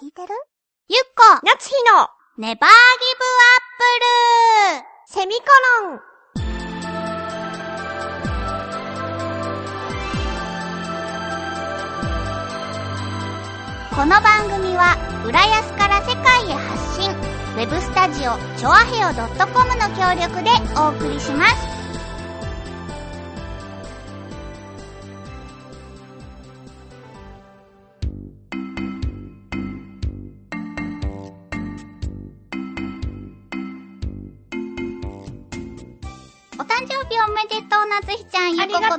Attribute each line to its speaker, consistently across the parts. Speaker 1: 聞いてるゆっこ
Speaker 2: 夏日の
Speaker 1: ネバーギブアップル
Speaker 2: セミコロン
Speaker 1: この番組は浦安から世界へ発信ウェブスタジオチョアヘオ .com の協力でお送りしますお誕生日おめでとうなつひちゃんゆこことひなたゆき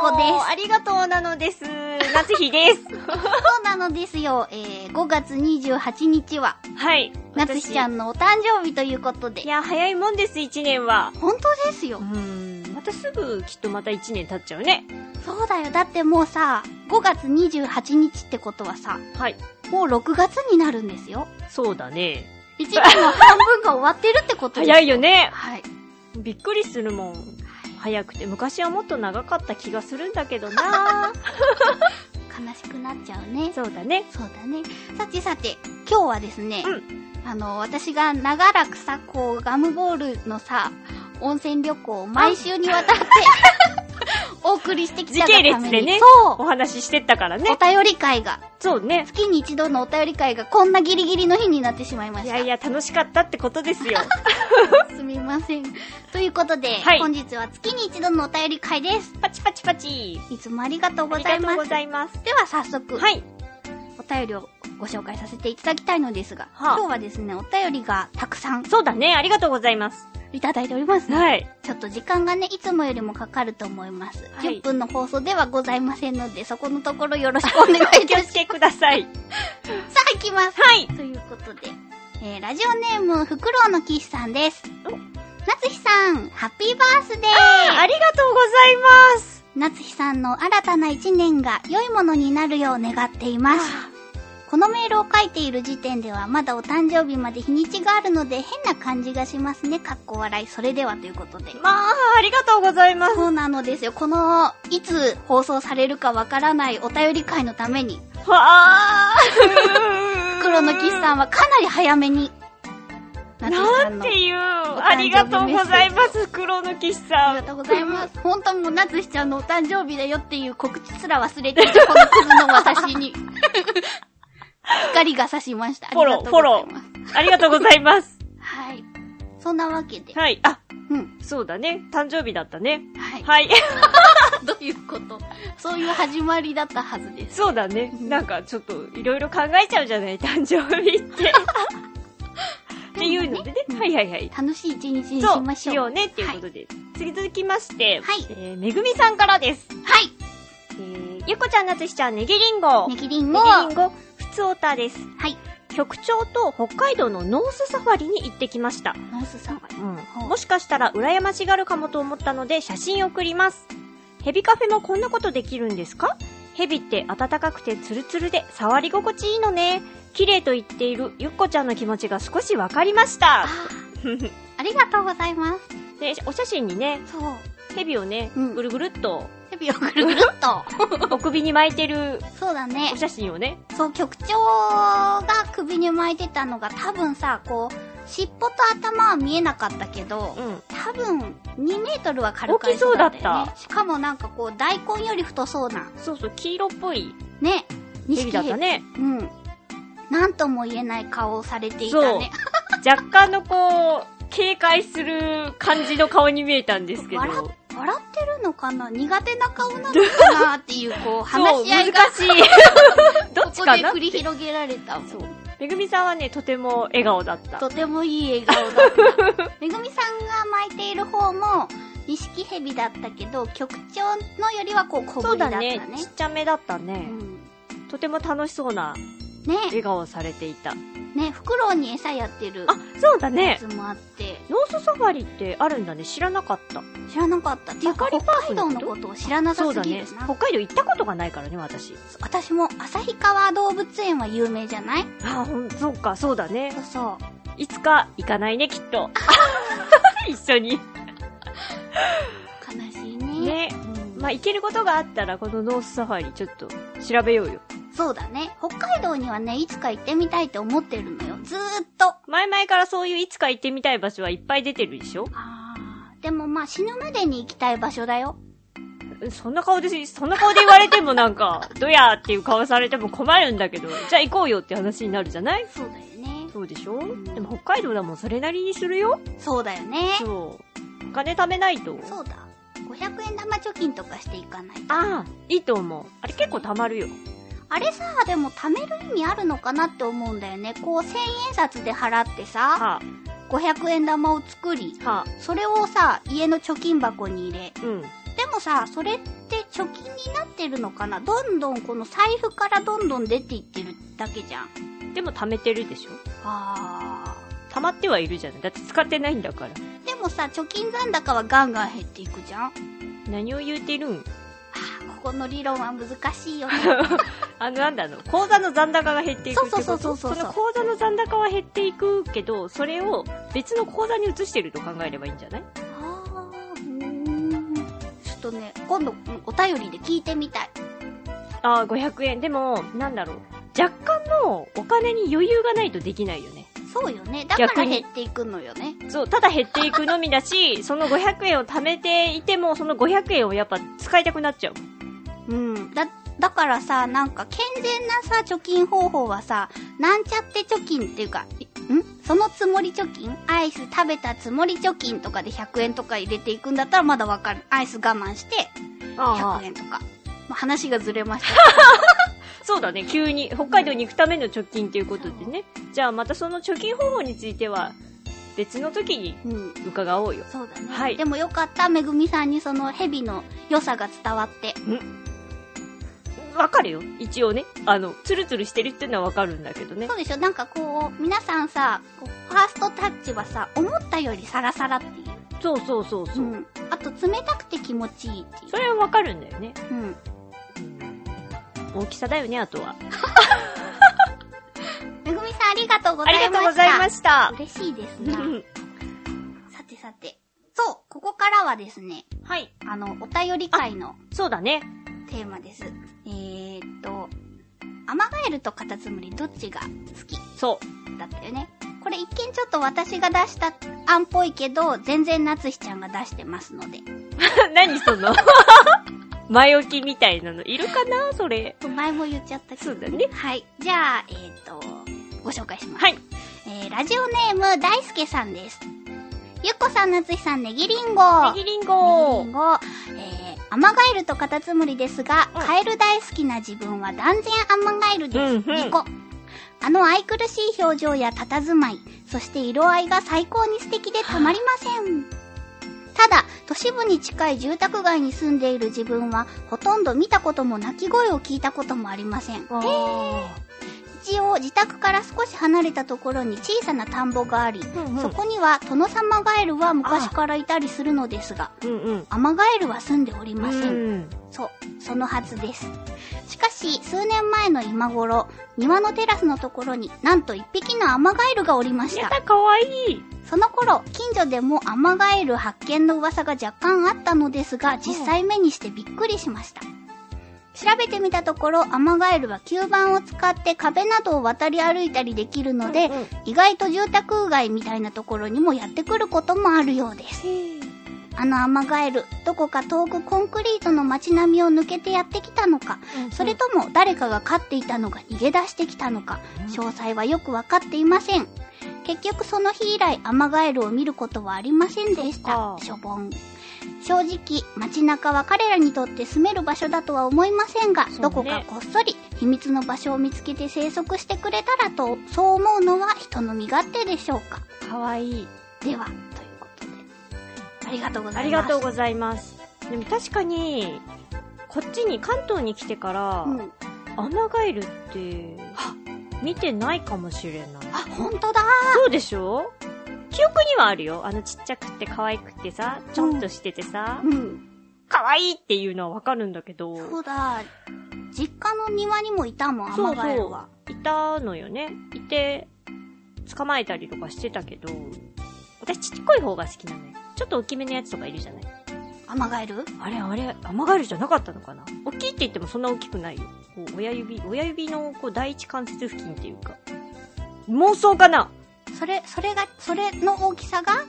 Speaker 1: こです
Speaker 2: ありがとうなのです。夏日です。
Speaker 1: そうなのですよ。えー、5月28日は、
Speaker 2: はい。
Speaker 1: なつしちゃ
Speaker 2: ん。
Speaker 1: んのお誕生日ということで
Speaker 2: い。や、早いもんです、一年は。
Speaker 1: 本当ですよ。
Speaker 2: ん。またすぐ、きっとまた一年経っちゃうね。
Speaker 1: そうだよ。だってもうさ、5月28日ってことはさ、
Speaker 2: はい。
Speaker 1: もう6月になるんですよ。
Speaker 2: そうだね。
Speaker 1: 1年の半分が終わってるってことです
Speaker 2: 早いよね。
Speaker 1: はい。
Speaker 2: びっくりするもん。早くて。昔はもっと長かった気がするんだけど な
Speaker 1: 悲しくなっちゃうね。
Speaker 2: そうだね。
Speaker 1: そうだね。さてさて、今日はですね、
Speaker 2: う
Speaker 1: あの、私が長らくさ、こう、ガムボールのさ、温泉旅行を毎週にわたって、 お送りしてきたがために
Speaker 2: 時系列でね
Speaker 1: そう
Speaker 2: お話ししてったから
Speaker 1: お
Speaker 2: ね。
Speaker 1: 便り会が、
Speaker 2: そうね。
Speaker 1: 月に一度のお便り会がこんなギリギリの日になってしまいま
Speaker 2: い
Speaker 1: した。
Speaker 2: やいや、楽しかったってことです よ。
Speaker 1: すみません。ということで、
Speaker 2: はい
Speaker 1: 本日は月に一度のお便り会です。
Speaker 2: パチパチパチ。
Speaker 1: いつもありがとう
Speaker 2: あ
Speaker 1: ご
Speaker 2: り
Speaker 1: ざ
Speaker 2: が
Speaker 1: い
Speaker 2: とう
Speaker 1: ま
Speaker 2: ご
Speaker 1: す。
Speaker 2: ざいます。
Speaker 1: では早速、
Speaker 2: はい。
Speaker 1: お便りをご紹介させていただきたいのですが、
Speaker 2: はあ
Speaker 1: 今日はですね、お便りがたくさん
Speaker 2: そうだね。ありがとうございます。
Speaker 1: いただいております。
Speaker 2: はい。
Speaker 1: ちょっと時間がね、いつもよりもかかると思います。
Speaker 2: はい
Speaker 1: 10分の放送ではございませんので、そこのところよろしくお願いい たし
Speaker 2: 気を
Speaker 1: ま
Speaker 2: つけください。
Speaker 1: す。さあ行きます。
Speaker 2: はい。
Speaker 1: ということで、えー、ラジオネーム、フクロウの騎士さんです。夏日さん、ハッピーバースデー
Speaker 2: ありがとうございます。
Speaker 1: 夏日さんの新たな一年が良いものになるよう願っています。このメールを書いている時点ではまだお誕生日まで日にちがあるので変な感じがしますね。かっこ笑い。それではということで。
Speaker 2: まあ、ありがとうございます。
Speaker 1: そうなのですよ。この、いつ放送されるかわからないお便り会のために、
Speaker 2: はあ。
Speaker 1: 黒の岸さんはかなり早めに、夏日さ
Speaker 2: なんん
Speaker 1: の
Speaker 2: ていう、ありがとうございます、黒の騎士さ
Speaker 1: あ
Speaker 2: ん。
Speaker 1: りがとうございます。本当もう、なつしちゃんのお誕生日だよっていう告知すら忘れていたこのクズの私 に。光が差しました。ありがとうございます。
Speaker 2: ありがとうございます。
Speaker 1: はい。そんなわけで。
Speaker 2: はい。あ、
Speaker 1: うん。
Speaker 2: そうだね。誕生日だったね。
Speaker 1: はい。
Speaker 2: はい。
Speaker 1: どういうことそういう始まりだったはずです。
Speaker 2: そうだね。なんか、ちょっと、いろいろ考えちゃうじゃない、誕生日って。っていうのでね。はいはいはい。
Speaker 1: 楽しい一日に
Speaker 2: そ
Speaker 1: し
Speaker 2: う、
Speaker 1: まし
Speaker 2: し
Speaker 1: ょう。
Speaker 2: ようねっていうことで。次続きまして、
Speaker 1: はい
Speaker 2: えー、めぐみさんからです。
Speaker 1: はい。
Speaker 2: えー、ゆっこちゃん、なつしちゃん、ねぎりんご。
Speaker 1: ね
Speaker 2: ね
Speaker 1: ぎりん
Speaker 2: ぎ
Speaker 1: ご。
Speaker 2: りん
Speaker 1: は
Speaker 2: ご、ふつおたです。
Speaker 1: い。
Speaker 2: 局長と北海道のノースサファリに行ってきました。
Speaker 1: ノースサファリ。
Speaker 2: うん、もしかしたら羨ましがるかもと思ったので写真を送ります。ヘビカフェもこんなことできるんですかヘビって暖かくてツルツルで触り心地いいのね。綺麗と言っているゆっこちゃんの気持ちが少しわかりまし
Speaker 1: あ
Speaker 2: た。
Speaker 1: ーありがとうございま
Speaker 2: で、お写真にね、
Speaker 1: す。そう。
Speaker 2: ヘビをね、
Speaker 1: うん
Speaker 2: ぐるぐるっと
Speaker 1: ヘビをぐるぐるっと。
Speaker 2: お 首に巻いてる
Speaker 1: そうだね
Speaker 2: お。写真をね。
Speaker 1: そう、局長が首に巻いてたのが多分さ、こう、尻尾と頭は見えなかったけど
Speaker 2: う、ん。
Speaker 1: 多分2メートルは軽く
Speaker 2: 大きそうだった
Speaker 1: しかもなんかこう、大根より太そうな、
Speaker 2: そうそう、黄色っぽい
Speaker 1: ね、
Speaker 2: ヘビだったね。
Speaker 1: ヘビ。うん。なんとも言えない顔をされていたね。
Speaker 2: 若干のこう、警戒する感じの顔に見えたんですけど。
Speaker 1: 笑笑ってるのかな苦手な顔なのかなっていう、こう、話し合いが
Speaker 2: そう難しい。ど
Speaker 1: こ
Speaker 2: っち
Speaker 1: こ
Speaker 2: か
Speaker 1: で
Speaker 2: な
Speaker 1: 繰り広げられたもん
Speaker 2: そう。めぐみさんはね、とても笑顔だった。
Speaker 1: とてもいい笑顔だった。めぐみさんが巻いている方も、錦蛇だったけど、局長のよりはこう小ぶ
Speaker 2: そう
Speaker 1: りだっ
Speaker 2: だ
Speaker 1: たね
Speaker 2: ね。。ちっちゃめだったね
Speaker 1: う。ん
Speaker 2: とても楽しそうな
Speaker 1: ね、
Speaker 2: 笑顔をされていた。
Speaker 1: ね、フクロウに餌やってる
Speaker 2: あ、そうだ
Speaker 1: や
Speaker 2: ね
Speaker 1: つ。もあって、
Speaker 2: ノースサファリってあるんだね。知らなかった。
Speaker 1: 知らなかった。っていうか、
Speaker 2: サファ
Speaker 1: 北
Speaker 2: リパー
Speaker 1: 海道
Speaker 2: クのこと
Speaker 1: のことを知らな
Speaker 2: そ
Speaker 1: さ
Speaker 2: う
Speaker 1: す
Speaker 2: だ
Speaker 1: ぎる
Speaker 2: ね。
Speaker 1: な。
Speaker 2: 北海道行ったことがないからね、私。
Speaker 1: 私も、旭川動物園は有名じゃない
Speaker 2: あ、ほん、そうか、そうだね
Speaker 1: そ。うそう。
Speaker 2: いつか行かないね、きっ と。一緒に。
Speaker 1: 悲しいね。
Speaker 2: ね。
Speaker 1: うん
Speaker 2: まあ、行けることがあったら、このノースサファリ、ちょっと、調べようよ。
Speaker 1: そうだね。北海道にはね、いつか行ってみたいって思ってるのよ。ずーっと。
Speaker 2: 前々からそういういつか行ってみたい場所はいっぱい出てるでしょ
Speaker 1: あーでもまあ死ぬまでに行きたい場所だよ。
Speaker 2: そんな顔で、そんな顔で言われてもなんか、 どやーっていう顔されても困るんだけど、じゃあ行こうよって話になるじゃない
Speaker 1: そうだよね。
Speaker 2: そうでしょでも北海道だもんそれなりにするよ
Speaker 1: そうだよね。
Speaker 2: そう。お金貯めないと。
Speaker 1: そうだ。500円玉貯金とかしていかないと。
Speaker 2: ああ、いいと思う。あれ結構貯まるよ。
Speaker 1: あれさ、でも貯める意味あるのかなって思うんだよね。こう、1000円札で払ってさ、
Speaker 2: は
Speaker 1: 500円玉を作り、
Speaker 2: あ、はあ、
Speaker 1: それをさ、家の貯金箱に入れ。
Speaker 2: うん。
Speaker 1: でもさ、それって貯金になってるのかなどんどんこの財布からどんどん出ていってるだけじゃん。
Speaker 2: でも貯めてるでしょ
Speaker 1: あ
Speaker 2: 溜まってはいるじゃない。だって使ってないんだから。
Speaker 1: ー。でもさ、貯金残高はガンガン減っていくじゃん。あ
Speaker 2: 何を言うてるん
Speaker 1: ーここの理論は難しいよね。
Speaker 2: あの、なんだろう、口座の残高が減っていくってこと
Speaker 1: そうそうそうそうそう
Speaker 2: の口座の残高は減っていくけど、それを別の口座に移してると考えればいいんじゃない
Speaker 1: あーうーんちょっとね、今度、うんお便りで聞いてみたい。
Speaker 2: ああ、500円。でも、なんだろう、若干のお金に余裕がないとできないよね。
Speaker 1: そうよね。だか
Speaker 2: 逆
Speaker 1: ら
Speaker 2: に
Speaker 1: 減っていくのよね。
Speaker 2: そう、ただ減っていくのみだし、その500円を貯めていても、その500円をやっぱ使いたくなっちゃう。
Speaker 1: うん。だ、だからさ、なんか健全なさ、貯金方法はさ、なんちゃって貯金っていうか、いんそのつもり貯金アイス食べたつもり貯金とかで100円とか入れていくんだったらまだわかる。アイス我慢して、100円とか。もう話がずれました。
Speaker 2: そうだね、急に。北海道に行くための貯金ということでね。じゃあまたその貯金方法については、別の時に
Speaker 1: うん。
Speaker 2: 伺おうよ。
Speaker 1: そうだね。
Speaker 2: はい
Speaker 1: でもよかった、めぐみさんにそのヘビの良さが伝わって。
Speaker 2: わかるよ。一応ね。あの、ツルツルしてるっていうのはわかるんだけどね
Speaker 1: そ。うでしょなんかこう、皆さんさ、こうファーストタッチはさ、思ったよりサラサラっていう。
Speaker 2: そうそうそうそう。
Speaker 1: ん。あと冷たくて気持ちいいってい
Speaker 2: それはわかるんだよね。
Speaker 1: う。うん。
Speaker 2: 大きさだよね、あとは。
Speaker 1: めぐみさんありがとうござ
Speaker 2: あ
Speaker 1: いました。
Speaker 2: りがとうございました。
Speaker 1: 嬉しいですな。
Speaker 2: うん
Speaker 1: さてさて。そう、ここからはですね、
Speaker 2: はい。
Speaker 1: あの、お便り会の
Speaker 2: そうだね。
Speaker 1: テーマです。えーっと、アマガエルとカタツムリどっちが好き
Speaker 2: そう。
Speaker 1: だったよね。これ一見ちょっと私が出した案っぽいけど、全然なつひちゃんが出してますので。
Speaker 2: 何その前置きみたいなのいるかなそれ。
Speaker 1: 前も言っちゃったけど。
Speaker 2: そうだね
Speaker 1: はい。じゃあ、えーっと、ご紹介します。
Speaker 2: はい。
Speaker 1: えー、ラジオネーム、大輔さんです。ゆっこさん、なつひさん、ねぎりんご。
Speaker 2: ネギリン
Speaker 1: リ
Speaker 2: ゴ
Speaker 1: ンゴ、えー、アマガエルとカタツムリですが、
Speaker 2: うん
Speaker 1: カエル大好きな自分は断然アマガエルです。
Speaker 2: うんうん
Speaker 1: ニコ。あの愛くるしい表情や佇まい、そして色合いが最高に素敵でたまりません。ただ、都市部に近い住宅街に住んでいる自分は、ほとんど見たことも鳴き声を聞いたこともありません。
Speaker 2: あ
Speaker 1: 一応、自宅から少し離れたところに小さな田んぼがあり、
Speaker 2: うんうん
Speaker 1: そこにはトノサマガエルは昔からいたりするのですが、
Speaker 2: ーうんうん。
Speaker 1: アマガエルは住んでおりません、
Speaker 2: うん
Speaker 1: そうそのはずですしかし数年前の今頃庭のテラスのところになんと一匹のアマガエルがおりまし
Speaker 2: や
Speaker 1: た
Speaker 2: だ、かわいい。
Speaker 1: その頃近所でもアマガエル発見の噂が若干あったのですが実際目にしてびっくりしました調べてみたところアマガエルは吸盤を使って壁などを渡り歩いたりできるので、
Speaker 2: うんうん
Speaker 1: 意外と住宅街みたいなところにもやってくることもあるようですあのアマガエル、どこか遠くコンクリートの街並みを抜けてやってきたのか、それとも誰かが飼っていたのが逃げ出してきたのか、詳細はよくわかっていません。結局その日以来アマガエルを見ることはありませんでし
Speaker 2: そ
Speaker 1: た。
Speaker 2: っか
Speaker 1: しょぼん。正直、街中は彼らにとって住める場所だとは思いませんが、
Speaker 2: そうね
Speaker 1: どこかこっそり秘密の場所を見つけて生息してくれたらと、そう思うのは人の身勝手でしょうか。
Speaker 2: かわいい。
Speaker 1: では、ということで。ありがとうござ
Speaker 2: あ
Speaker 1: います。
Speaker 2: りがとうございます。でも確かに、こっちに、関東に来てから、
Speaker 1: うん、
Speaker 2: アマガエルって、見てないかもしれない。
Speaker 1: あ、本当だ。
Speaker 2: そうでしょ記憶にはあるよ。あのちっちゃくて可愛くてさ、ちょんとしててさ、
Speaker 1: うん。
Speaker 2: 可愛いっていうのはわかるんだけど、
Speaker 1: そうだ。実家の庭にもいたもん、ア
Speaker 2: そ
Speaker 1: マ
Speaker 2: う
Speaker 1: ガエルは。
Speaker 2: そういたのよね。いて、捕まえたりとかしてたけど、私ちっこい方が好きなのよ。ちょっと大きめのやつとかいるじゃない。
Speaker 1: アマガエル
Speaker 2: あれあれ、アマガエルじゃなかったのかな大きいって言ってもそんな大きくないよ。こう親指、親指のこう第一関節付近っていうか。妄想かな
Speaker 1: それ、それが、それの大きさが好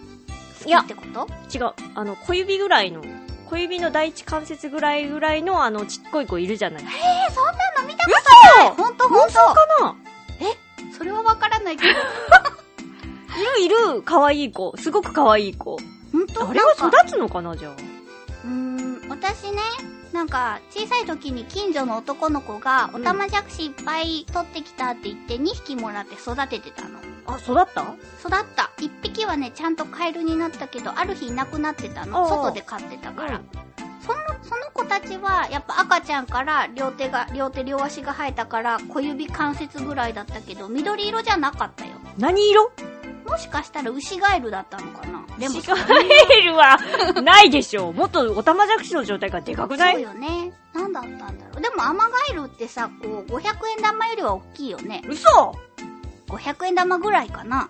Speaker 2: い
Speaker 1: き
Speaker 2: や
Speaker 1: ってこと
Speaker 2: 違う。あの、小指ぐらいの、小指の第一関節ぐらいぐらいのあのちっこい子いるじゃない。
Speaker 1: え、そんなの見たこ
Speaker 2: 嘘
Speaker 1: とほんとほんと
Speaker 2: かな
Speaker 1: それはわからない けど、
Speaker 2: いるいる、可愛い子。すごく可愛い子。
Speaker 1: ほんと
Speaker 2: あれは
Speaker 1: なんか
Speaker 2: 育つのかなじゃあ。
Speaker 1: うーん、私ね、なんか、小さい時に近所の男の子が、
Speaker 2: う
Speaker 1: お
Speaker 2: ん
Speaker 1: たまじゃくしいっぱい取ってきたって言って、2匹もらって育ててたの。
Speaker 2: あ、育った
Speaker 1: 育った。1匹はね、ちゃんとカエルになったけど、ある日いなくなってた
Speaker 2: おうお
Speaker 1: の。
Speaker 2: う
Speaker 1: 外で飼ってたか
Speaker 2: あ
Speaker 1: ら。その、その子たちは、やっぱ赤ちゃんから両手が、両手両足が生えたから、小指関節ぐらいだったけど、緑色じゃなかったよ。
Speaker 2: 何色
Speaker 1: もしかしたら牛ガエルだったのかなでも、
Speaker 2: シガエルはないでしょう。もっとおたまじゃくしの状態がでかくな
Speaker 1: そう
Speaker 2: い
Speaker 1: よね。なんだったんだろう。でも、アマガエルってさ、こう、500円玉よりは大きいよね。
Speaker 2: 嘘
Speaker 1: 500円玉ぐらいかな。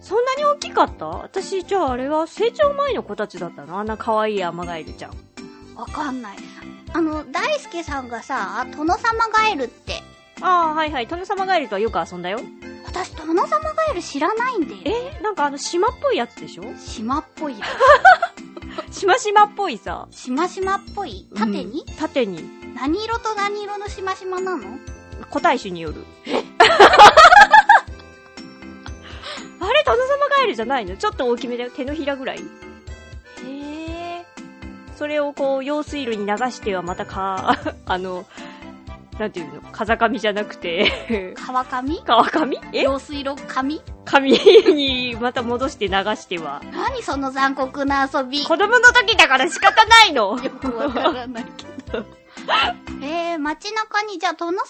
Speaker 2: そんなに大きかった私、じゃああれは成長前の子たちだったのあんな可愛いアマガエルちゃん。
Speaker 1: わかんない。あの、大輔さんがさ、殿様ガエルって、
Speaker 2: ああ、はいはい。殿様ガエルとはよく遊んだよ。
Speaker 1: 私、殿様ガエル知らないんだよ。
Speaker 2: えなんかあの島っぽいやつでしょ
Speaker 1: 島っぽいや
Speaker 2: 島島っぽいさ。
Speaker 1: しましまっぽい縦に、
Speaker 2: うん縦に。
Speaker 1: 何色と何色のしましまなの
Speaker 2: 個体種による。 あれ、殿様ガエルじゃないのちょっと大きめだよ。手のひらぐらい。へえ。それをこう、用水路に流してはまたか、 あの、なんていうの風上じゃなくて、
Speaker 1: 川上
Speaker 2: 川上え
Speaker 1: 用水路上
Speaker 2: 紙にまた戻して流しては。
Speaker 1: 何その残酷な遊び。よ
Speaker 2: 子供の時だから仕方ないの
Speaker 1: くわからないけ ど。えー、街中に、じゃあ、殿様ガ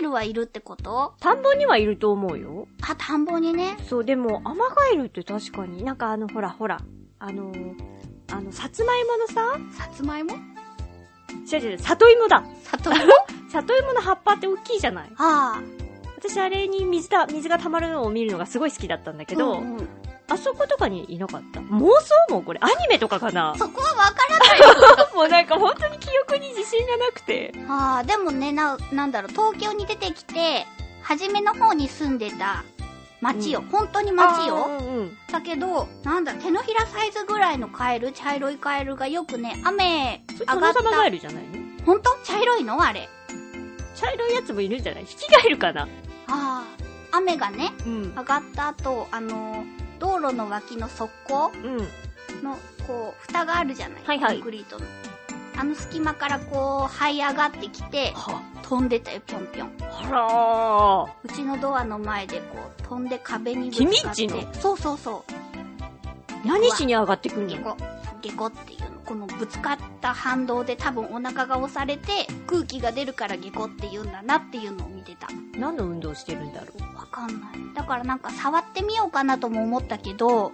Speaker 1: エルはいるってこと
Speaker 2: 田んぼにはいると思うよ。
Speaker 1: あ、田んぼにね。
Speaker 2: そう、でも、アマガエルって確かに、なんかあの、ほらほら、あのー、あの、さつまいものさ、
Speaker 1: さつまいも
Speaker 2: 違う違う、里芋だ。
Speaker 1: 里 芋
Speaker 2: 里芋の葉っぱって大きいじゃない
Speaker 1: ああ。
Speaker 2: 私あれに水だ、水が溜まるのを見るのがすごい好きだったんだけど、
Speaker 1: うんうん
Speaker 2: あそことかにいなかった。妄想もこれ、アニメとかかな
Speaker 1: そこはわからないよ。
Speaker 2: もうなんか本当に記憶に自信がなくて。
Speaker 1: ああ、でもね、な、なんだろう、東京に出てきて、初めの方に住んでた町よ。
Speaker 2: う
Speaker 1: 本当に町よ。
Speaker 2: あーうんうん。
Speaker 1: だけど、なんだ、手のひらサイズぐらいのカエル、茶色いカエルがよくね、雨上
Speaker 2: それ、
Speaker 1: が
Speaker 2: 殿
Speaker 1: った。
Speaker 2: 様ガエルじゃないの
Speaker 1: ほんと茶色いのあれ。
Speaker 2: 茶色いやつもいるんじゃない引きガエルかな
Speaker 1: ああ。雨がね、
Speaker 2: うん。
Speaker 1: 上がった後、あのー道路の脇の側溝
Speaker 2: うん。
Speaker 1: の、こう、蓋があるじゃない、
Speaker 2: はいはい
Speaker 1: コンクリートの。あの隙間からこう、這い上がってきて、
Speaker 2: は、
Speaker 1: 飛んでたよ、ぴょんぴょん。
Speaker 2: あら
Speaker 1: うちのドアの前でこう、飛んで壁にって。
Speaker 2: 君んち
Speaker 1: そうそうそう。
Speaker 2: ー。何しに上がってくん
Speaker 1: 下コ
Speaker 2: の
Speaker 1: 下コっていうのこのぶつかった反動で多分お腹が押されて空気が出るから下コっていうんだなっていうのを見てた
Speaker 2: 何の運動してるんだろう
Speaker 1: わかんないだからなんか触ってみようかなとも思ったけど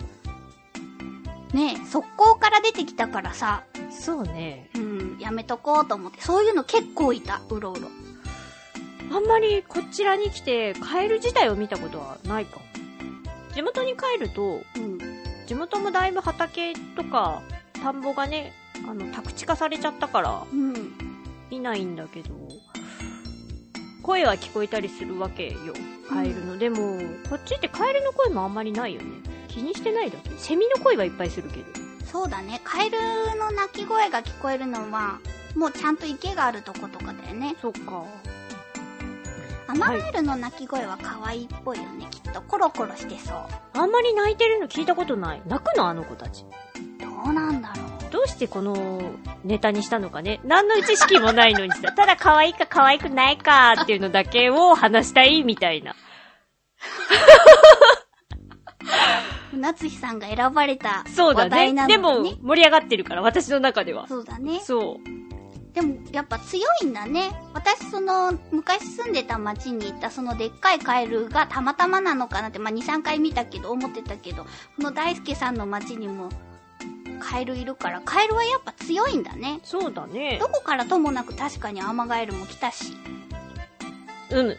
Speaker 1: ねえ速攻から出てきたからさ
Speaker 2: そうね。
Speaker 1: うんやめとこうと思ってそういうの結構いたうろうろ
Speaker 2: あんまりこちらに来て、カエル自体を見たことはないかも。地元に帰ると、
Speaker 1: うん
Speaker 2: 地元もだいぶ畑とか、田んぼがね、あの、宅地化されちゃったから、
Speaker 1: うん
Speaker 2: 見ないんだけど、声は聞こえたりするわけよ。カエルの。でも、こっちってカエルの声もあんまりないよね。気にしてないだけ。セミの声はいっぱいするけど。
Speaker 1: そうだねカエルの鳴き声が聞こえるのはもうちゃんと池があるとことかだよね
Speaker 2: そっか。
Speaker 1: アマガエルの鳴き声は可愛いっぽいよね、きっとコロコロしてそう
Speaker 2: あんまり泣いてるの聞いたことない。泣くのあの子たち。
Speaker 1: どうなんだろう
Speaker 2: どうしてこのネタにしたのかね。何の知識もないのに さ、ただ可愛いか可愛くないかっていうのだけを話したいみたいな。
Speaker 1: 夏日さんが選ばれた
Speaker 2: そうだ
Speaker 1: 話題
Speaker 2: ね。
Speaker 1: なの
Speaker 2: で
Speaker 1: ね。
Speaker 2: も、盛り上がってるから、私の中では。
Speaker 1: そうだね。
Speaker 2: そう。
Speaker 1: でも、やっぱ強いんだね。私、その、昔住んでた町に行った、そのでっかいカエルがたまたまなのかなって、まあ、2、3回見たけど、思ってたけど、この大輔さんの町にも、カエルいるから、カエルはやっぱ強いんだね。
Speaker 2: そうだね
Speaker 1: ど。こからともなく確かにアマガエルも来たし。
Speaker 2: うん。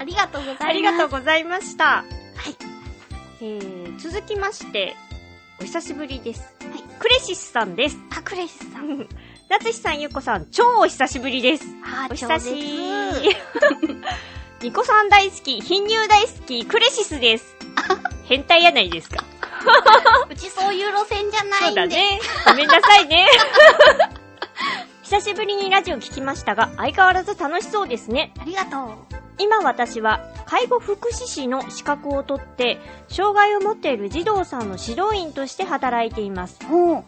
Speaker 1: ありがとうございます。
Speaker 2: ありがとうございました。
Speaker 1: はい。
Speaker 2: えー、続きまして、お久しぶりです。
Speaker 1: はい。
Speaker 2: クレシスさんです。
Speaker 1: あ、クレシスさん。
Speaker 2: 夏日さん、ゆっこさん、超お久しぶりです。
Speaker 1: あー、
Speaker 2: お
Speaker 1: 超
Speaker 2: 久
Speaker 1: 絶
Speaker 2: しぶり。ニコさん大好き、貧乳大好き、クレシス です。変態やないですか。
Speaker 1: うちそういう路線じゃない
Speaker 2: そ
Speaker 1: んで。
Speaker 2: うだね。ごめんなさい ね。久しぶりにラジオ聞きましたが、相変わらず楽しそうですね。
Speaker 1: ありがとう。
Speaker 2: 今私は介護福祉士の資格を取って、障害を持っている児童さんの指導員として働いています。
Speaker 1: ほう。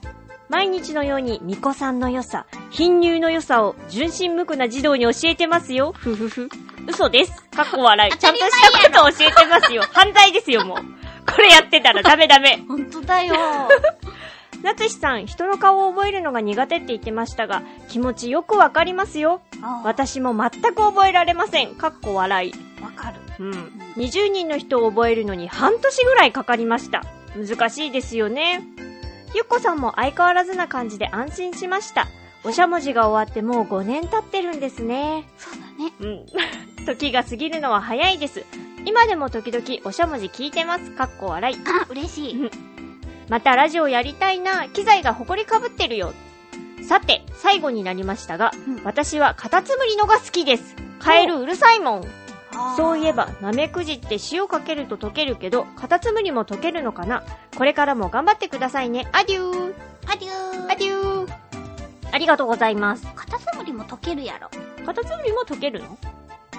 Speaker 2: 毎日のように巫女さんの良さ、貧乳の良さを純真無垢な児童に教えてますよ。ふふふ。嘘です。かっこ笑い。
Speaker 1: 当
Speaker 2: ちゃ
Speaker 1: た
Speaker 2: ん
Speaker 1: り
Speaker 2: と
Speaker 1: 前やろ
Speaker 2: したことを教えてますよ。犯罪ですよ、もう。これやってたらダメダ メ。
Speaker 1: ほんとだよ。
Speaker 2: 夏日さん、人の顔を覚えるのが苦手って言ってましたが、気持ちよくわかりますよ。
Speaker 1: あわ
Speaker 2: 私も全く覚えられません。かっこ笑い。
Speaker 1: かる。
Speaker 2: うん。20人の人を覚えるのに半年ぐらいかかりました。難しいですよね。ゆっこさんも相変わらずな感じで安心しました。おしゃもじが終わってもう5年経ってるんですね。
Speaker 1: そうだね。
Speaker 2: うん。 時が過ぎるのは早いです。今でも時々おしゃもじ聞いてます。かっこ笑い。
Speaker 1: あ、嬉しい。
Speaker 2: またラジオやりたいな。機材が埃かぶってるよ。さて、最後になりましたが、
Speaker 1: うん
Speaker 2: 私はカタツムリのが好きです。カエルうるさいもん。
Speaker 1: あー
Speaker 2: そういえ。ば、ナメクジって塩かけると溶けるけど、カタツムリも溶けるのかなこれからも頑張ってくださいね。アデュー
Speaker 1: アデュー。
Speaker 2: アデューありがとうございます。
Speaker 1: カタツムリも溶けるやろ。
Speaker 2: カタツムリも溶けるの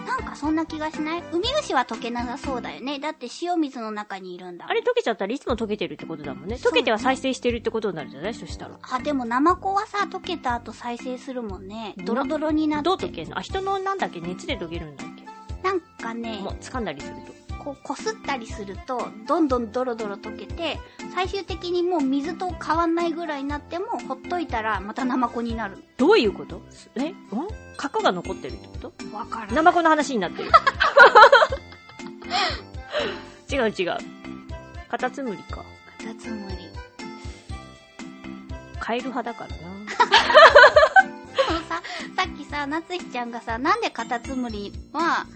Speaker 1: なんかそんな気がしないウミウシは溶けなさそうだよね。だって塩水の中にいるんだ。
Speaker 2: あれ溶けちゃったらいつも溶けてるってことだもんね。
Speaker 1: そう
Speaker 2: 溶けては再生してるってことになるじゃないそしたら。
Speaker 1: あ、でもナマコはさ、溶けた後再生するもんね。ドロドロになって。
Speaker 2: どう溶けるのあ、人のなんだっけ熱で溶けるんだっけ
Speaker 1: なんかね、
Speaker 2: もう掴んだりすると。
Speaker 1: こう、こすったりすると、どんどんドロドロ溶けて、最終的にもう水と変わんないぐらいになっても、ほっといたらまたナマコになる。
Speaker 2: どういうことえん核が残ってるってこと
Speaker 1: わか
Speaker 2: ナ
Speaker 1: る。
Speaker 2: マコの話になってる。違う違う。カタツムリか。
Speaker 1: カタツムリ。
Speaker 2: カエル派だからな。
Speaker 1: でも さ、さっきさ、夏日ちゃんがさ、なんでカタツムリは、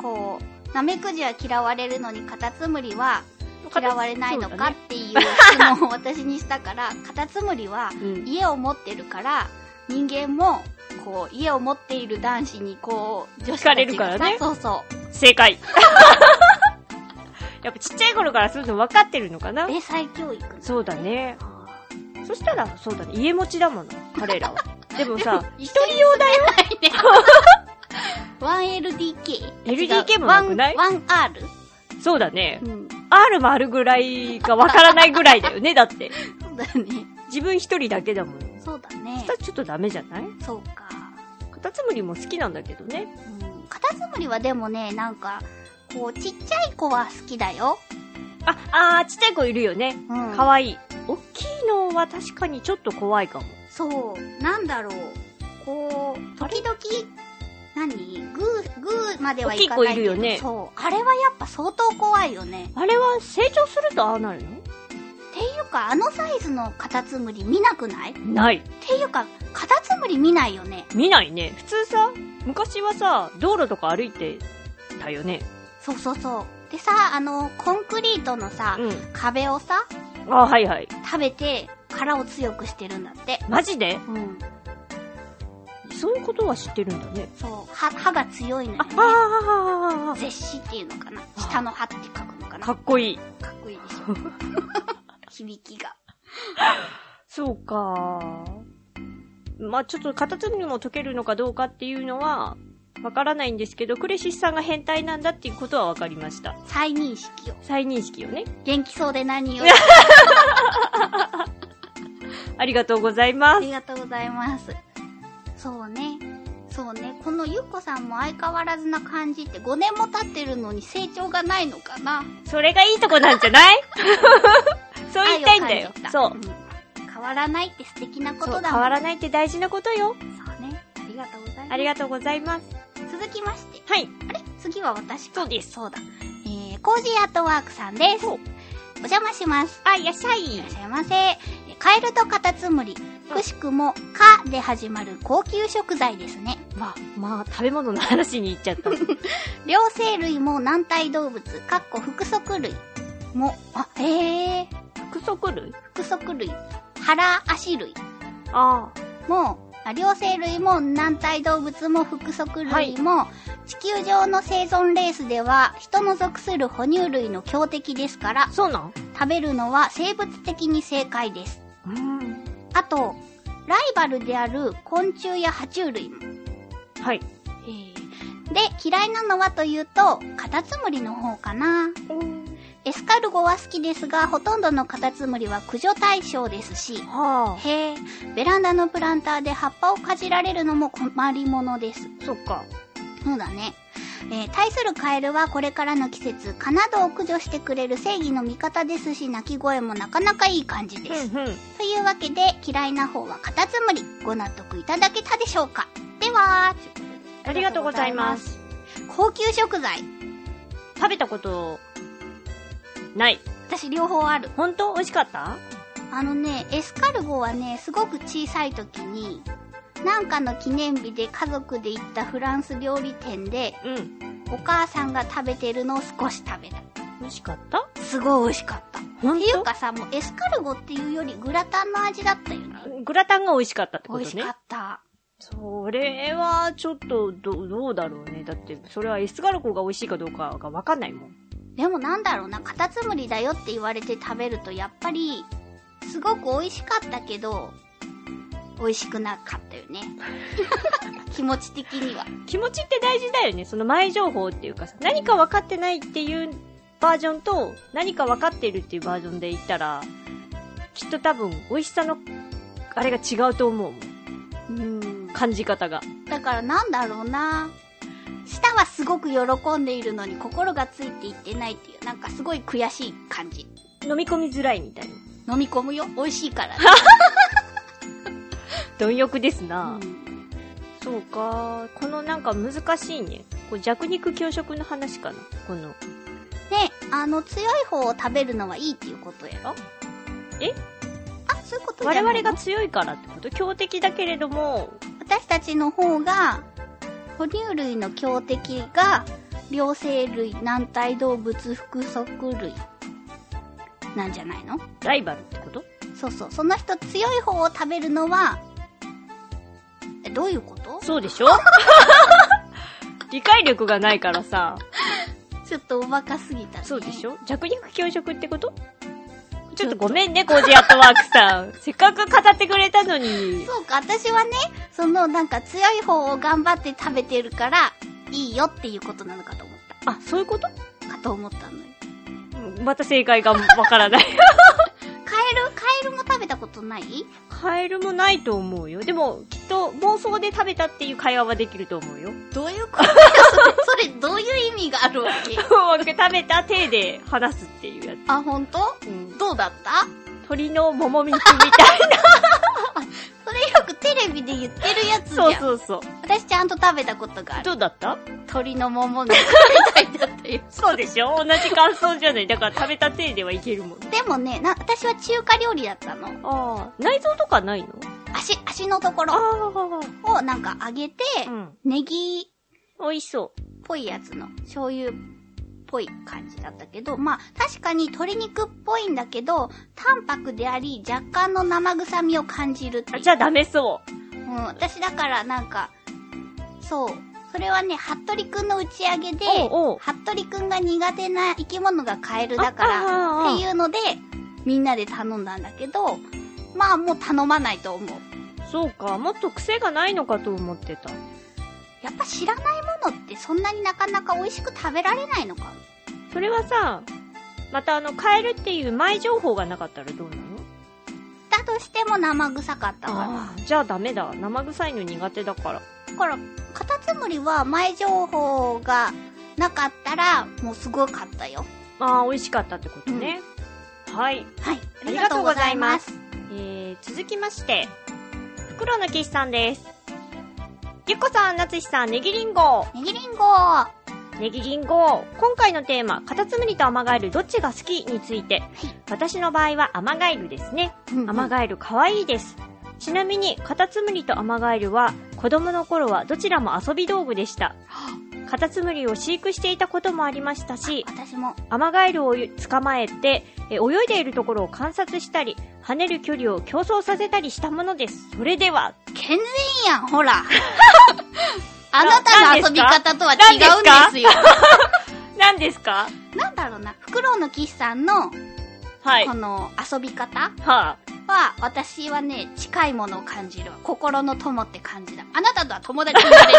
Speaker 1: こう、ナメクジは嫌われるのにカタツムリは 嫌われないのかっていう質問を私にした から、カタツムリは
Speaker 2: うん
Speaker 1: 家を持ってるから、人間も、こう、家を持っている男子にこう、女子たちがさ
Speaker 2: 惹かれるからね
Speaker 1: そうそう。
Speaker 2: 正解。 やっぱちっちゃい頃からそういうの分かってるのかな
Speaker 1: 英才教育。
Speaker 2: そうだね。そしたら、そうだね。家持ちだもの、彼らは。でもさ、
Speaker 1: 一人用だ よ。1LDK。
Speaker 2: LDK もなくない
Speaker 1: 1R?
Speaker 2: そうだね
Speaker 1: う。ん。
Speaker 2: R もあるぐらいか分からないぐらいだよね、だって。
Speaker 1: そうだね。
Speaker 2: 自分一人だけだもん。
Speaker 1: そうだ
Speaker 2: そ
Speaker 1: ね
Speaker 2: した。らちょっとダメじゃない
Speaker 1: そうか。
Speaker 2: カタツムリも好きなんだけどね。
Speaker 1: うんカタツムリはでもね、なんか、こう、ちっちゃい子は好きだよ。
Speaker 2: あ、あー、ちっちゃい子いるよね。
Speaker 1: うん。
Speaker 2: かわいい。おっきいのは確かにちょっと怖いかも。
Speaker 1: そう。なんだろう。こう、時々、何グー、グーまではいかないけど。
Speaker 2: 大きい子いるよね
Speaker 1: そう。あれはやっぱ相当怖いよね。
Speaker 2: あれは成長するとああなるの
Speaker 1: っていうか、あのサイズのカタツムリ見なくないっ
Speaker 2: ない。
Speaker 1: ていうか、カタツムリ見ないよね。
Speaker 2: 見ないね。普通さ、昔はさ、道路とか歩いてたよね。
Speaker 1: そうそうそう。でさ、あの、コンクリートのさ、
Speaker 2: うん。
Speaker 1: 壁をさ、
Speaker 2: あ、はいはい。
Speaker 1: 食べて、殻を強くしてるんだって。
Speaker 2: マジで
Speaker 1: うん。
Speaker 2: そういうことは知ってるんだね。
Speaker 1: そう。歯、歯が強いのよ
Speaker 2: あ、
Speaker 1: ね。
Speaker 2: あ
Speaker 1: 絶死っていうのかな下の歯って書くのかな
Speaker 2: あか
Speaker 1: か
Speaker 2: っこいい。
Speaker 1: っこいいでしょ 響きが。
Speaker 2: そうかまあちょっとカタツムリも溶けるのかどうかっていうのは、わからないんですけど、クレシスさんが変態なんだっていうことはわかりました。
Speaker 1: 再認識を。
Speaker 2: 再認識をね。
Speaker 1: 元気そうで何 より。
Speaker 2: ありがとうございま
Speaker 1: あ
Speaker 2: す。
Speaker 1: りがとうございます。そうね。そうね。このゆっこさんも相変わらずな感じって5年も経ってるのに成長がないのかな
Speaker 2: それがいいとこなんじゃない そう言いたいんだよ
Speaker 1: 愛を感じ。た
Speaker 2: そう。
Speaker 1: ん変わらないって素敵なこ
Speaker 2: そ
Speaker 1: とだ
Speaker 2: う
Speaker 1: もん。
Speaker 2: 変わら
Speaker 1: い。
Speaker 2: ないって大事なことよ。
Speaker 1: そうね。ありがとうございます。
Speaker 2: ありがとうございます。
Speaker 1: 続きまして。
Speaker 2: はい。
Speaker 1: 次は私か
Speaker 2: そうです
Speaker 1: そうだ。えー、コージーアートワークさんです。
Speaker 2: ほう
Speaker 1: お邪魔します。
Speaker 2: あ、いらっしゃ
Speaker 1: いら
Speaker 2: い
Speaker 1: っ。しゃいませ。えカエルとカタツムリ、くしくも、カで始まる高級食材ですね。
Speaker 2: まあ、まあ、食べ物の話に行っちゃ った。
Speaker 1: 両生類も軟体動物、かっこ複足類も、あ、へえ、
Speaker 2: 複足類
Speaker 1: 複足類。腹足類
Speaker 2: あ
Speaker 1: も、あ両生類も軟体動物も複足類も、地球上の生存レースでは人の属する哺乳類の強敵ですから
Speaker 2: あ、、そうなん
Speaker 1: 食べるのは生物的に正解です。
Speaker 2: うん。
Speaker 1: あと、ライバルである昆虫や爬虫類も。
Speaker 2: はい。
Speaker 1: で、嫌いなのはというと、カタツムリの方かな。エスカルゴは好きですが、ほとんどのカタツムリは駆除対象ですし、
Speaker 2: はあ、
Speaker 1: へえ、ベランダのプランターで葉っぱをかじられるのも困りものです。
Speaker 2: そっか。
Speaker 1: そうだね。えー対するカエルはこれからの季節、蚊などを駆除してくれる正義の味方ですし、鳴き声もなかなかいい感じです。
Speaker 2: うん。
Speaker 1: というわけで、嫌いな方はカタツムリ。ご納得いただけたでしょうかでは、
Speaker 2: ありがとうございます。
Speaker 1: 高級食材。
Speaker 2: 食べたこと、ない。
Speaker 1: 私両方ある。
Speaker 2: 本当美味しかった
Speaker 1: あのね、エスカルゴはね、すごく小さい時に、なんかの記念日で家族で行ったフランス料理店で、
Speaker 2: うん。
Speaker 1: お母さんが食べてるのを少し食べた。
Speaker 2: 美味しかった
Speaker 1: すごい美味しかった。
Speaker 2: 本
Speaker 1: っていうかさ、もうエスカルゴっていうよりグラタンの味だったよね。
Speaker 2: 当グラタンが美味しかったっ
Speaker 1: 美
Speaker 2: てこと
Speaker 1: 味
Speaker 2: ね。
Speaker 1: しかった。
Speaker 2: それは、ちょっと、ど、どうだろうね。だって、それはエスガルコが美味しいかどうかがわかんないもん。
Speaker 1: でもなんだろうな、カタツムリだよって言われて食べると、やっぱり、すごく美味しかったけど、美味しくなかったよね。気持ち的には。
Speaker 2: 気持ちって大事だよね。その前情報っていうかさ、何か分かってないっていうバージョンと、何か分かってるっていうバージョンで言ったら、きっと多分、美味しさの、あれが違うと思うもん。
Speaker 1: うん。
Speaker 2: 感じ方が。
Speaker 1: だからなんだろうな。舌はすごく喜んでいるのに心がついていってないっていう、なんかすごい悔しい感じ。
Speaker 2: 飲み込みづらいみたいな。
Speaker 1: 飲み込むよ。美味しいからね。
Speaker 2: 貪欲です
Speaker 1: う
Speaker 2: な、
Speaker 1: ん
Speaker 2: そうか。このなんか難しいね。こう弱肉強食の話かな。この。
Speaker 1: ねあの、強い方を食べるのはいいっていうことやろ
Speaker 2: え
Speaker 1: あ、そういうことじ
Speaker 2: 我
Speaker 1: ゃないの
Speaker 2: 々が強いからってこと強敵だけれども、
Speaker 1: 私たちの方が、哺乳類の強敵が、両生類、軟体動物、複足類、なんじゃないの
Speaker 2: ライバルってこと
Speaker 1: そうそう。その人強い方を食べるのは、え、どういうこと
Speaker 2: そう でしょ理解力がないからさ。
Speaker 1: ちょっとおバカすぎたね。
Speaker 2: そうでし
Speaker 1: ょ
Speaker 2: ょ弱肉強食ってことちょっとごめんね、コージアットワークさ ん。せっかく語ってくれたのに。
Speaker 1: そうか、私はね、そのなんか強い方を頑張って食べてるから、いいよっていうことなのかと思っ
Speaker 2: あ、そういうこと
Speaker 1: た。かと思ったのよ。
Speaker 2: うんまた正解がわからない。
Speaker 1: カエル、カエルも食べたことない
Speaker 2: カエルもないと思うよ。でも、きっと妄想で食べたっていう会話はできると思う よ。
Speaker 1: どういうこと それ、それどういう意味があるわけ
Speaker 2: 食べた体で話すっていうや
Speaker 1: あ、ほんと
Speaker 2: つ。 うん、
Speaker 1: どうだった
Speaker 2: 鳥の桃蜜みたいな。
Speaker 1: それよくテレビで言ってるやつじゃん。
Speaker 2: そうそうそう。
Speaker 1: 私ちゃんと食べたことがある。
Speaker 2: どうだった
Speaker 1: 鳥の桃が食べたいだったよ。
Speaker 2: そうでしょ同じ感想じゃない。だから食べた体ではいけるも ん。
Speaker 1: でもね、な、私は中華料理だったの。
Speaker 2: ああ。内臓とかないの
Speaker 1: 足、足のところ
Speaker 2: あ
Speaker 1: をなんか揚げて、
Speaker 2: あ。うん。
Speaker 1: ネギ
Speaker 2: 美味しそう。
Speaker 1: っぽいやつの、醤油っぽい感じだったけど、まあ、確かに鶏肉っぽいんだけど、淡白であり、若干の生臭みを感じるってい
Speaker 2: あ
Speaker 1: う。
Speaker 2: じゃあダメそう。
Speaker 1: うん、私だからなんか、そう。それはね、服部くんの打ち上げで、
Speaker 2: おうおう
Speaker 1: 服部くんが苦手な生き物がカエルだから、
Speaker 2: ら
Speaker 1: っていうので、みんなで頼んだんだけど、まあもう頼まないと思う。
Speaker 2: そうか。もっと癖がないのかと思ってた。
Speaker 1: やっぱ知らないものってそんなになかなか美味しく食べられないのか。
Speaker 2: それはさ、またあの、カエルっていう前情報がなかったらどうなの
Speaker 1: だとしても生臭かったか
Speaker 2: ああ。じゃあダメだ。生臭いの苦手だから。
Speaker 1: ら。だから、カタツムリは前情報がなかったら、もうすごかったよ。
Speaker 2: ああ、美味しかったってことね。はい。
Speaker 1: はい。
Speaker 2: ありがとうございます
Speaker 1: す。
Speaker 2: えー、続きまして、袋の騎士さんです。ゆっこさん、なつしさん、ねぎりんご。
Speaker 1: ネギリンゴ
Speaker 2: ネギりんご。今回のテーマ、カタツムリとアマガエルどっちが好きについて。私の場合はアマガエルですね。アマ
Speaker 1: が
Speaker 2: ガエル可愛いです。ちなみに、カタツムリとアマガエルは、子供の頃はどちらも遊び道具でした。カタツムリを飼育していたこともありましたし、
Speaker 1: 私も。
Speaker 2: アマガエルを捕まえて、えー泳いでいるところを観察したり、跳ねる距離を競争させたりしたものです。それでは、
Speaker 1: 健全やん、ほ ら。あなたの遊び方とは違うんですよ。
Speaker 2: 何ですか
Speaker 1: なんだろうな、フクロウの岸さんの、
Speaker 2: はい。
Speaker 1: こ
Speaker 2: は
Speaker 1: の遊び方
Speaker 2: あ。
Speaker 1: は、私はね、近いものを感じるわ。心の友って感じだ。あなたとは友達になれる。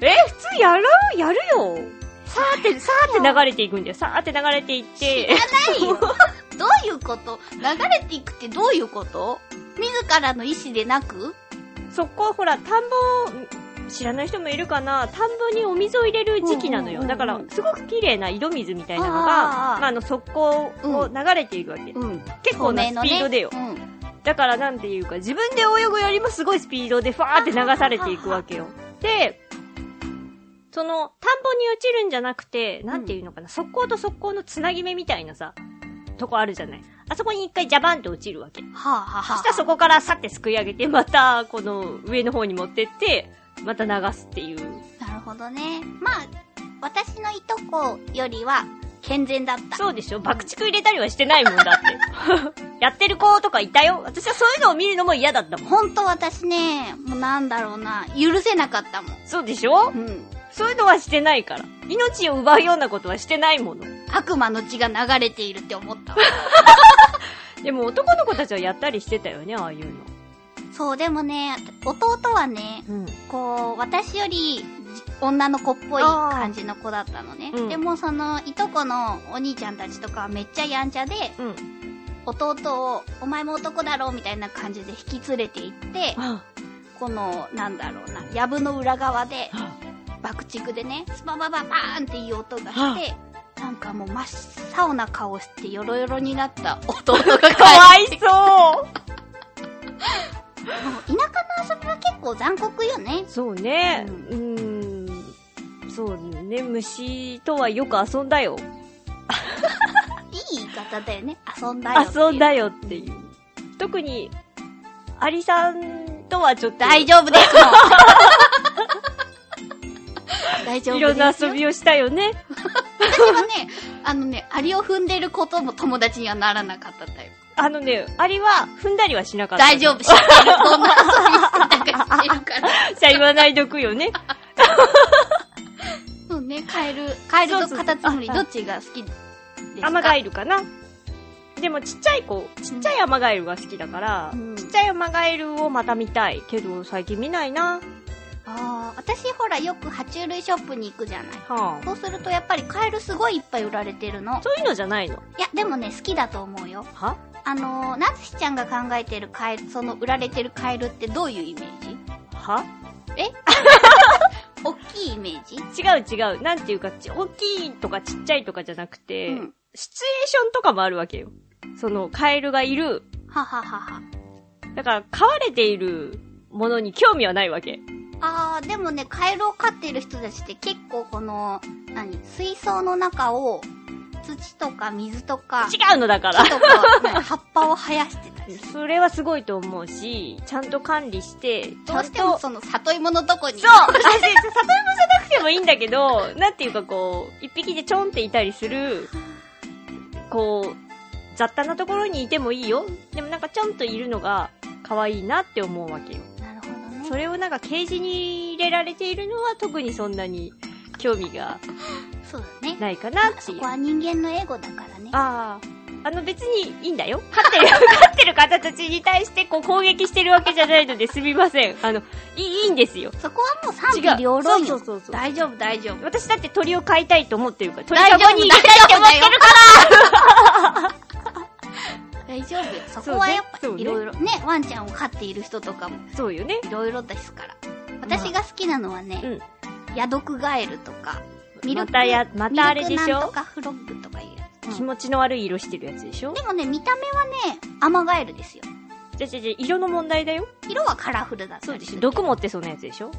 Speaker 2: え、普通やるやるよ。 さーって、さーって流れていくんだよ。さーって流れていって。
Speaker 1: ないよ。どういうこと流れていくってどういうこと自らの意思でなく
Speaker 2: そこ、ほら、田んぼ、知らない人もいるかな田んぼにお水を入れる時期なの
Speaker 1: うん
Speaker 2: よ。
Speaker 1: うんうんう
Speaker 2: だ
Speaker 1: ん
Speaker 2: から、すごく綺麗な井戸水みたいなのが、
Speaker 1: あー
Speaker 2: まあ、あの、速攻を流れていくわけ。
Speaker 1: うん。
Speaker 2: 結構なスピードでよ。
Speaker 1: うん。
Speaker 2: だから、なんていうか、自分で泳ぐよりもすごいスピードで、ファーって流されていくわけよ。で、その、田んぼに落ちるんじゃなくて、なんていうのかな、速攻と速攻のつなぎ目みたいなさ、とこあるじゃない。あそこに一回ジャバンって落ちるわけ。
Speaker 1: はあ、はあは
Speaker 2: そ
Speaker 1: あ、
Speaker 2: したらそこからさってすくい上げて、また、この上の方に持ってって、また流すっていう。
Speaker 1: なるほどね。まあ、私のいとこよりは健全だった。
Speaker 2: そうでしょ爆竹入れたりはしてないもんだ って。やってる子とかいたよ。私はそういうのを見るのも嫌だったもん。
Speaker 1: ほんと私ね、もうなんだろうな、許せなかったもん。
Speaker 2: そうでし
Speaker 1: う
Speaker 2: ょ
Speaker 1: ん。
Speaker 2: そういうのはしてないから。命を奪うようなことはしてないもの。
Speaker 1: 悪魔の血が流れているって思った わ。
Speaker 2: でも男の子たちはやったりしてたよね、ああいうの。
Speaker 1: そう、でもね、弟はね、
Speaker 2: うん。
Speaker 1: こう、私より女の子っぽい感じの子だったのね。
Speaker 2: あーうん
Speaker 1: でもその、いとこのお兄ちゃんたちとかはめっちゃやんちゃで、
Speaker 2: うん。
Speaker 1: 弟を、お前も男だろみたいな感じで引き連れて行って、
Speaker 2: あ
Speaker 1: この、なんだろうな、やぶの裏側で、
Speaker 2: あ
Speaker 1: 爆竹でね、スパバババーンっていう音がして、なんかもう真っ青な顔してヨロヨロになった弟 が帰って
Speaker 2: かわいそ
Speaker 1: 田舎の遊びは結構残酷よね
Speaker 2: う。そうね。
Speaker 1: う
Speaker 2: うんーん。そうね。虫とはよく遊んだよ。
Speaker 1: いい言い方だよね。遊んだよっていう。
Speaker 2: 遊んだよっていう。特に、アリさんとはちょっと、
Speaker 1: 大
Speaker 2: い
Speaker 1: 丈夫 ですもん大丈夫ですよ。
Speaker 2: ろんな遊びをしたよね。
Speaker 1: 私はね、あのね、アリを踏んでることも友達にはならなかったんだよ。
Speaker 2: あのね、アリは踏んだりはしなかった。
Speaker 1: 大丈夫、知ってる。どんな遊びしてたか知ってるか ら。
Speaker 2: じゃあ言わないどくよ ね。
Speaker 1: そうね、カエル、カエル
Speaker 2: そう
Speaker 1: と
Speaker 2: そう
Speaker 1: カタツムリ、
Speaker 2: あ
Speaker 1: どっちが好きですか
Speaker 2: アマガエルかな。でもちっちゃい子、ちっちゃいアマガエルが好きだから、
Speaker 1: うん
Speaker 2: ちっちゃいアマガエルをまた見たい。けど最近見ないな。
Speaker 1: ああ、私ほらよく爬虫類ショップに行くじゃない。
Speaker 2: はあ、
Speaker 1: そうするとやっぱりカエルすごいいっぱい売られてるの。
Speaker 2: そういうのじゃないの。
Speaker 1: いや、でもね、好きだと思うよ。
Speaker 2: は
Speaker 1: あのー、なつしちゃんが考えてるカエル、その売られてるカエルってどういうイメージ
Speaker 2: は
Speaker 1: 大きいイメージ
Speaker 2: 違う違う。なんていうか、ち大きいとかちっちゃいとかじゃなくて、
Speaker 1: うん
Speaker 2: シチュエーションとかもあるわけよ。その、カエルがいる、
Speaker 1: はははは。
Speaker 2: だから、飼われているものに興味はないわけ。
Speaker 1: あー、でもね、カエルを飼ってる人たちって結構この、何水槽の中を、土とか水とか、
Speaker 2: 違うのだから
Speaker 1: 木。とか、ね葉っぱを生やしてたりする。
Speaker 2: それはすごいと思うし、ちゃんと管理して、ち
Speaker 1: ど
Speaker 2: ゃ
Speaker 1: うんしても
Speaker 2: と。そう
Speaker 1: その里芋のとこに。
Speaker 2: 私、里芋じゃなくてもいいんだけど、なんていうかこう、一匹でちょんっていたりする、こう、雑多なところにいてもいいよ。でもなんかちょんといるのが、可愛いなって思うわけよ。
Speaker 1: なるほどね。
Speaker 2: それをなんかケージに入れられているのは特にそんなに興味が
Speaker 1: そうだね。
Speaker 2: ないかなって
Speaker 1: そ
Speaker 2: いう
Speaker 1: こ。は人間のエゴだからね。
Speaker 2: ああ。あの別にいいんだ よ。勝ってる、 勝ってる方たちに対してこう攻撃してるわけじゃないのですみません。あの、いい、いいんですよ。
Speaker 1: そこはもう賛
Speaker 2: 違
Speaker 1: 否
Speaker 2: う。
Speaker 1: 両論
Speaker 2: そう
Speaker 1: よ。
Speaker 2: そうそうそう。
Speaker 1: 大丈夫、大丈夫。
Speaker 2: 私だって鳥を飼いたいと思ってるから、鳥
Speaker 1: 大
Speaker 2: か
Speaker 1: 丈
Speaker 2: ご
Speaker 1: 夫、
Speaker 2: に入
Speaker 1: 大
Speaker 2: れたいって思って
Speaker 1: 丈
Speaker 2: る
Speaker 1: 夫だよ。 大丈夫よ。そこはやっぱ
Speaker 2: そうね
Speaker 1: いろいろ。ね、ワンちゃんを飼っている人とかも
Speaker 2: そうよね。
Speaker 1: いろいろですから。私が好きなのはね、
Speaker 2: うん。
Speaker 1: ヤドクガエルとか、ミル
Speaker 2: ま
Speaker 1: ク、
Speaker 2: たや、またあれで
Speaker 1: ミルク
Speaker 2: し
Speaker 1: なんと
Speaker 2: ょ
Speaker 1: かフロッグとかいうやつ。
Speaker 2: 気持ちの悪い色してるやつでしょ
Speaker 1: でもね、見た目はね、アマガエルですよ。
Speaker 2: じゃじゃじゃ、色の問題だよ。
Speaker 1: 色はカラフルだった
Speaker 2: そう
Speaker 1: り
Speaker 2: ですしょ
Speaker 1: る。
Speaker 2: 毒持ってそうなやつでしょ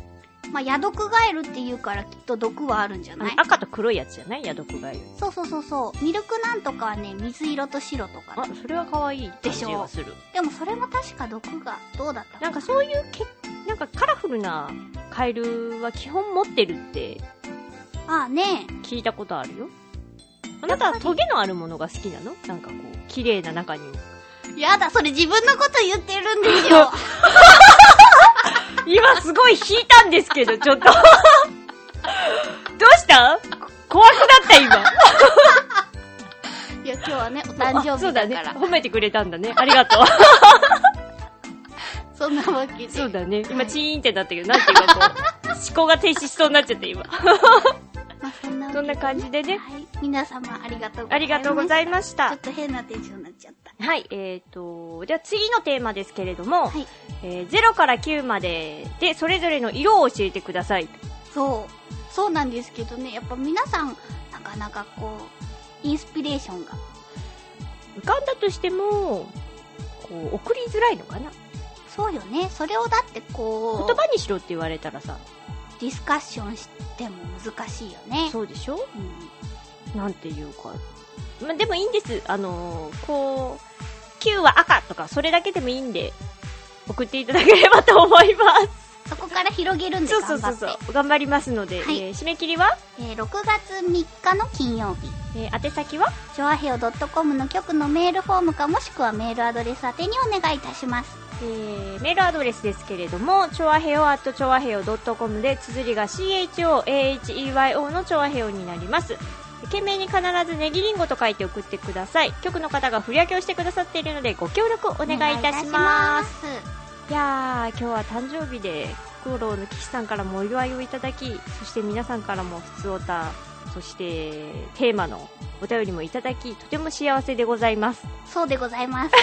Speaker 1: まあ、ヤドクガエルって言うからきっと毒はあるんじゃ
Speaker 2: あ
Speaker 1: ない
Speaker 2: の赤と黒いやつじゃないヤドクガエル。
Speaker 1: そうそうそうそう。ミルクなんとかはね、水色と白とか
Speaker 2: あ
Speaker 1: ね。、
Speaker 2: それは可愛い感じはする。
Speaker 1: でもそれも確か毒がどうだったか
Speaker 2: なんかそういうけ、なんかカラフルなカエルは基本持ってるって
Speaker 1: ああね
Speaker 2: 聞いたことあるよ。あなたは
Speaker 1: やっぱ
Speaker 2: トゲのあるものが好きなのなんかこう、綺麗な中に。
Speaker 1: やだ、それ自分のこと言ってるんです よ。
Speaker 2: 今すごい引いたんですけど、ちょっと。 どうしたこ怖くなった今。
Speaker 1: いや、今日はね、お誕生
Speaker 2: あそ
Speaker 1: 日
Speaker 2: うだ
Speaker 1: だ
Speaker 2: ね
Speaker 1: か。ら。
Speaker 2: 褒めてくれたんだね。ありがとう。
Speaker 1: そんなわけで。
Speaker 2: そうだね。
Speaker 1: は
Speaker 2: 今
Speaker 1: い
Speaker 2: チーンってなったけど、なんていうかこう、思考が停止しそうになっちゃって今。
Speaker 1: まあ、そんなわけ
Speaker 2: そんな感じでね。
Speaker 1: はい。皆様ありがとうございました。
Speaker 2: ありがとうございまし
Speaker 1: ちょ
Speaker 2: た
Speaker 1: っ。と変なテンションになっちゃった。
Speaker 2: はい、えっ、と、じゃあ次のテーマですけれども、
Speaker 1: はい。
Speaker 2: えー0から9までで、それぞれの色を教えてください。
Speaker 1: そう。そうなんですけどね、やっぱ皆さん、なかなかこう、インスピレーションが。
Speaker 2: 浮かんだとしても、こう、送りづらいのかな
Speaker 1: そうよね。それをだってこう、
Speaker 2: 言葉にしろって言われたらさ、
Speaker 1: ディスカッションしても難しいよね。
Speaker 2: そうでしょ
Speaker 1: うん。
Speaker 2: なんていうか。まあ、でもいいんです。あのーこう、9は赤とか、それだけでもいいんで、送っていただければと思いま
Speaker 1: そこから広げるん
Speaker 2: す。
Speaker 1: で
Speaker 2: そ
Speaker 1: 頑
Speaker 2: うそ
Speaker 1: 張っ
Speaker 2: う
Speaker 1: て。
Speaker 2: そうそう。頑張りますので、
Speaker 1: はい
Speaker 2: えー締め切りは、
Speaker 1: えー6月3日の金曜日。
Speaker 2: えー宛先は
Speaker 1: ショアヘオ .com の局のメールフォームかもしくはメールアドレス宛てにお願いいたします。
Speaker 2: えーメールアドレスですけれども、ちょわへよ at ちょわへよ .com で、綴りが CHOAHEYO のちょわへよになります。懸命に必ずネギリンゴと書いて送ってください。局の方が振り分けをしてくださっているので、ご協力お願いいたします。
Speaker 1: す。
Speaker 2: いやー、今日は誕生日で、フクロウの岸さんからもお祝いをいただき、そして皆さんからも普通おた、そしてテーマのお便りもいただき、とても幸せでございます。
Speaker 1: そうでございます。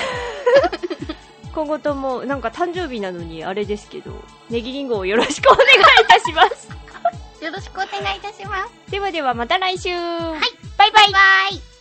Speaker 2: 今後ともなんか誕生日なのにあれですけどネギリンゴをよろしくお願いいたします
Speaker 1: よろしくお願いいたします。
Speaker 2: ではではまた来週
Speaker 1: はい。バイバイ。バイバイ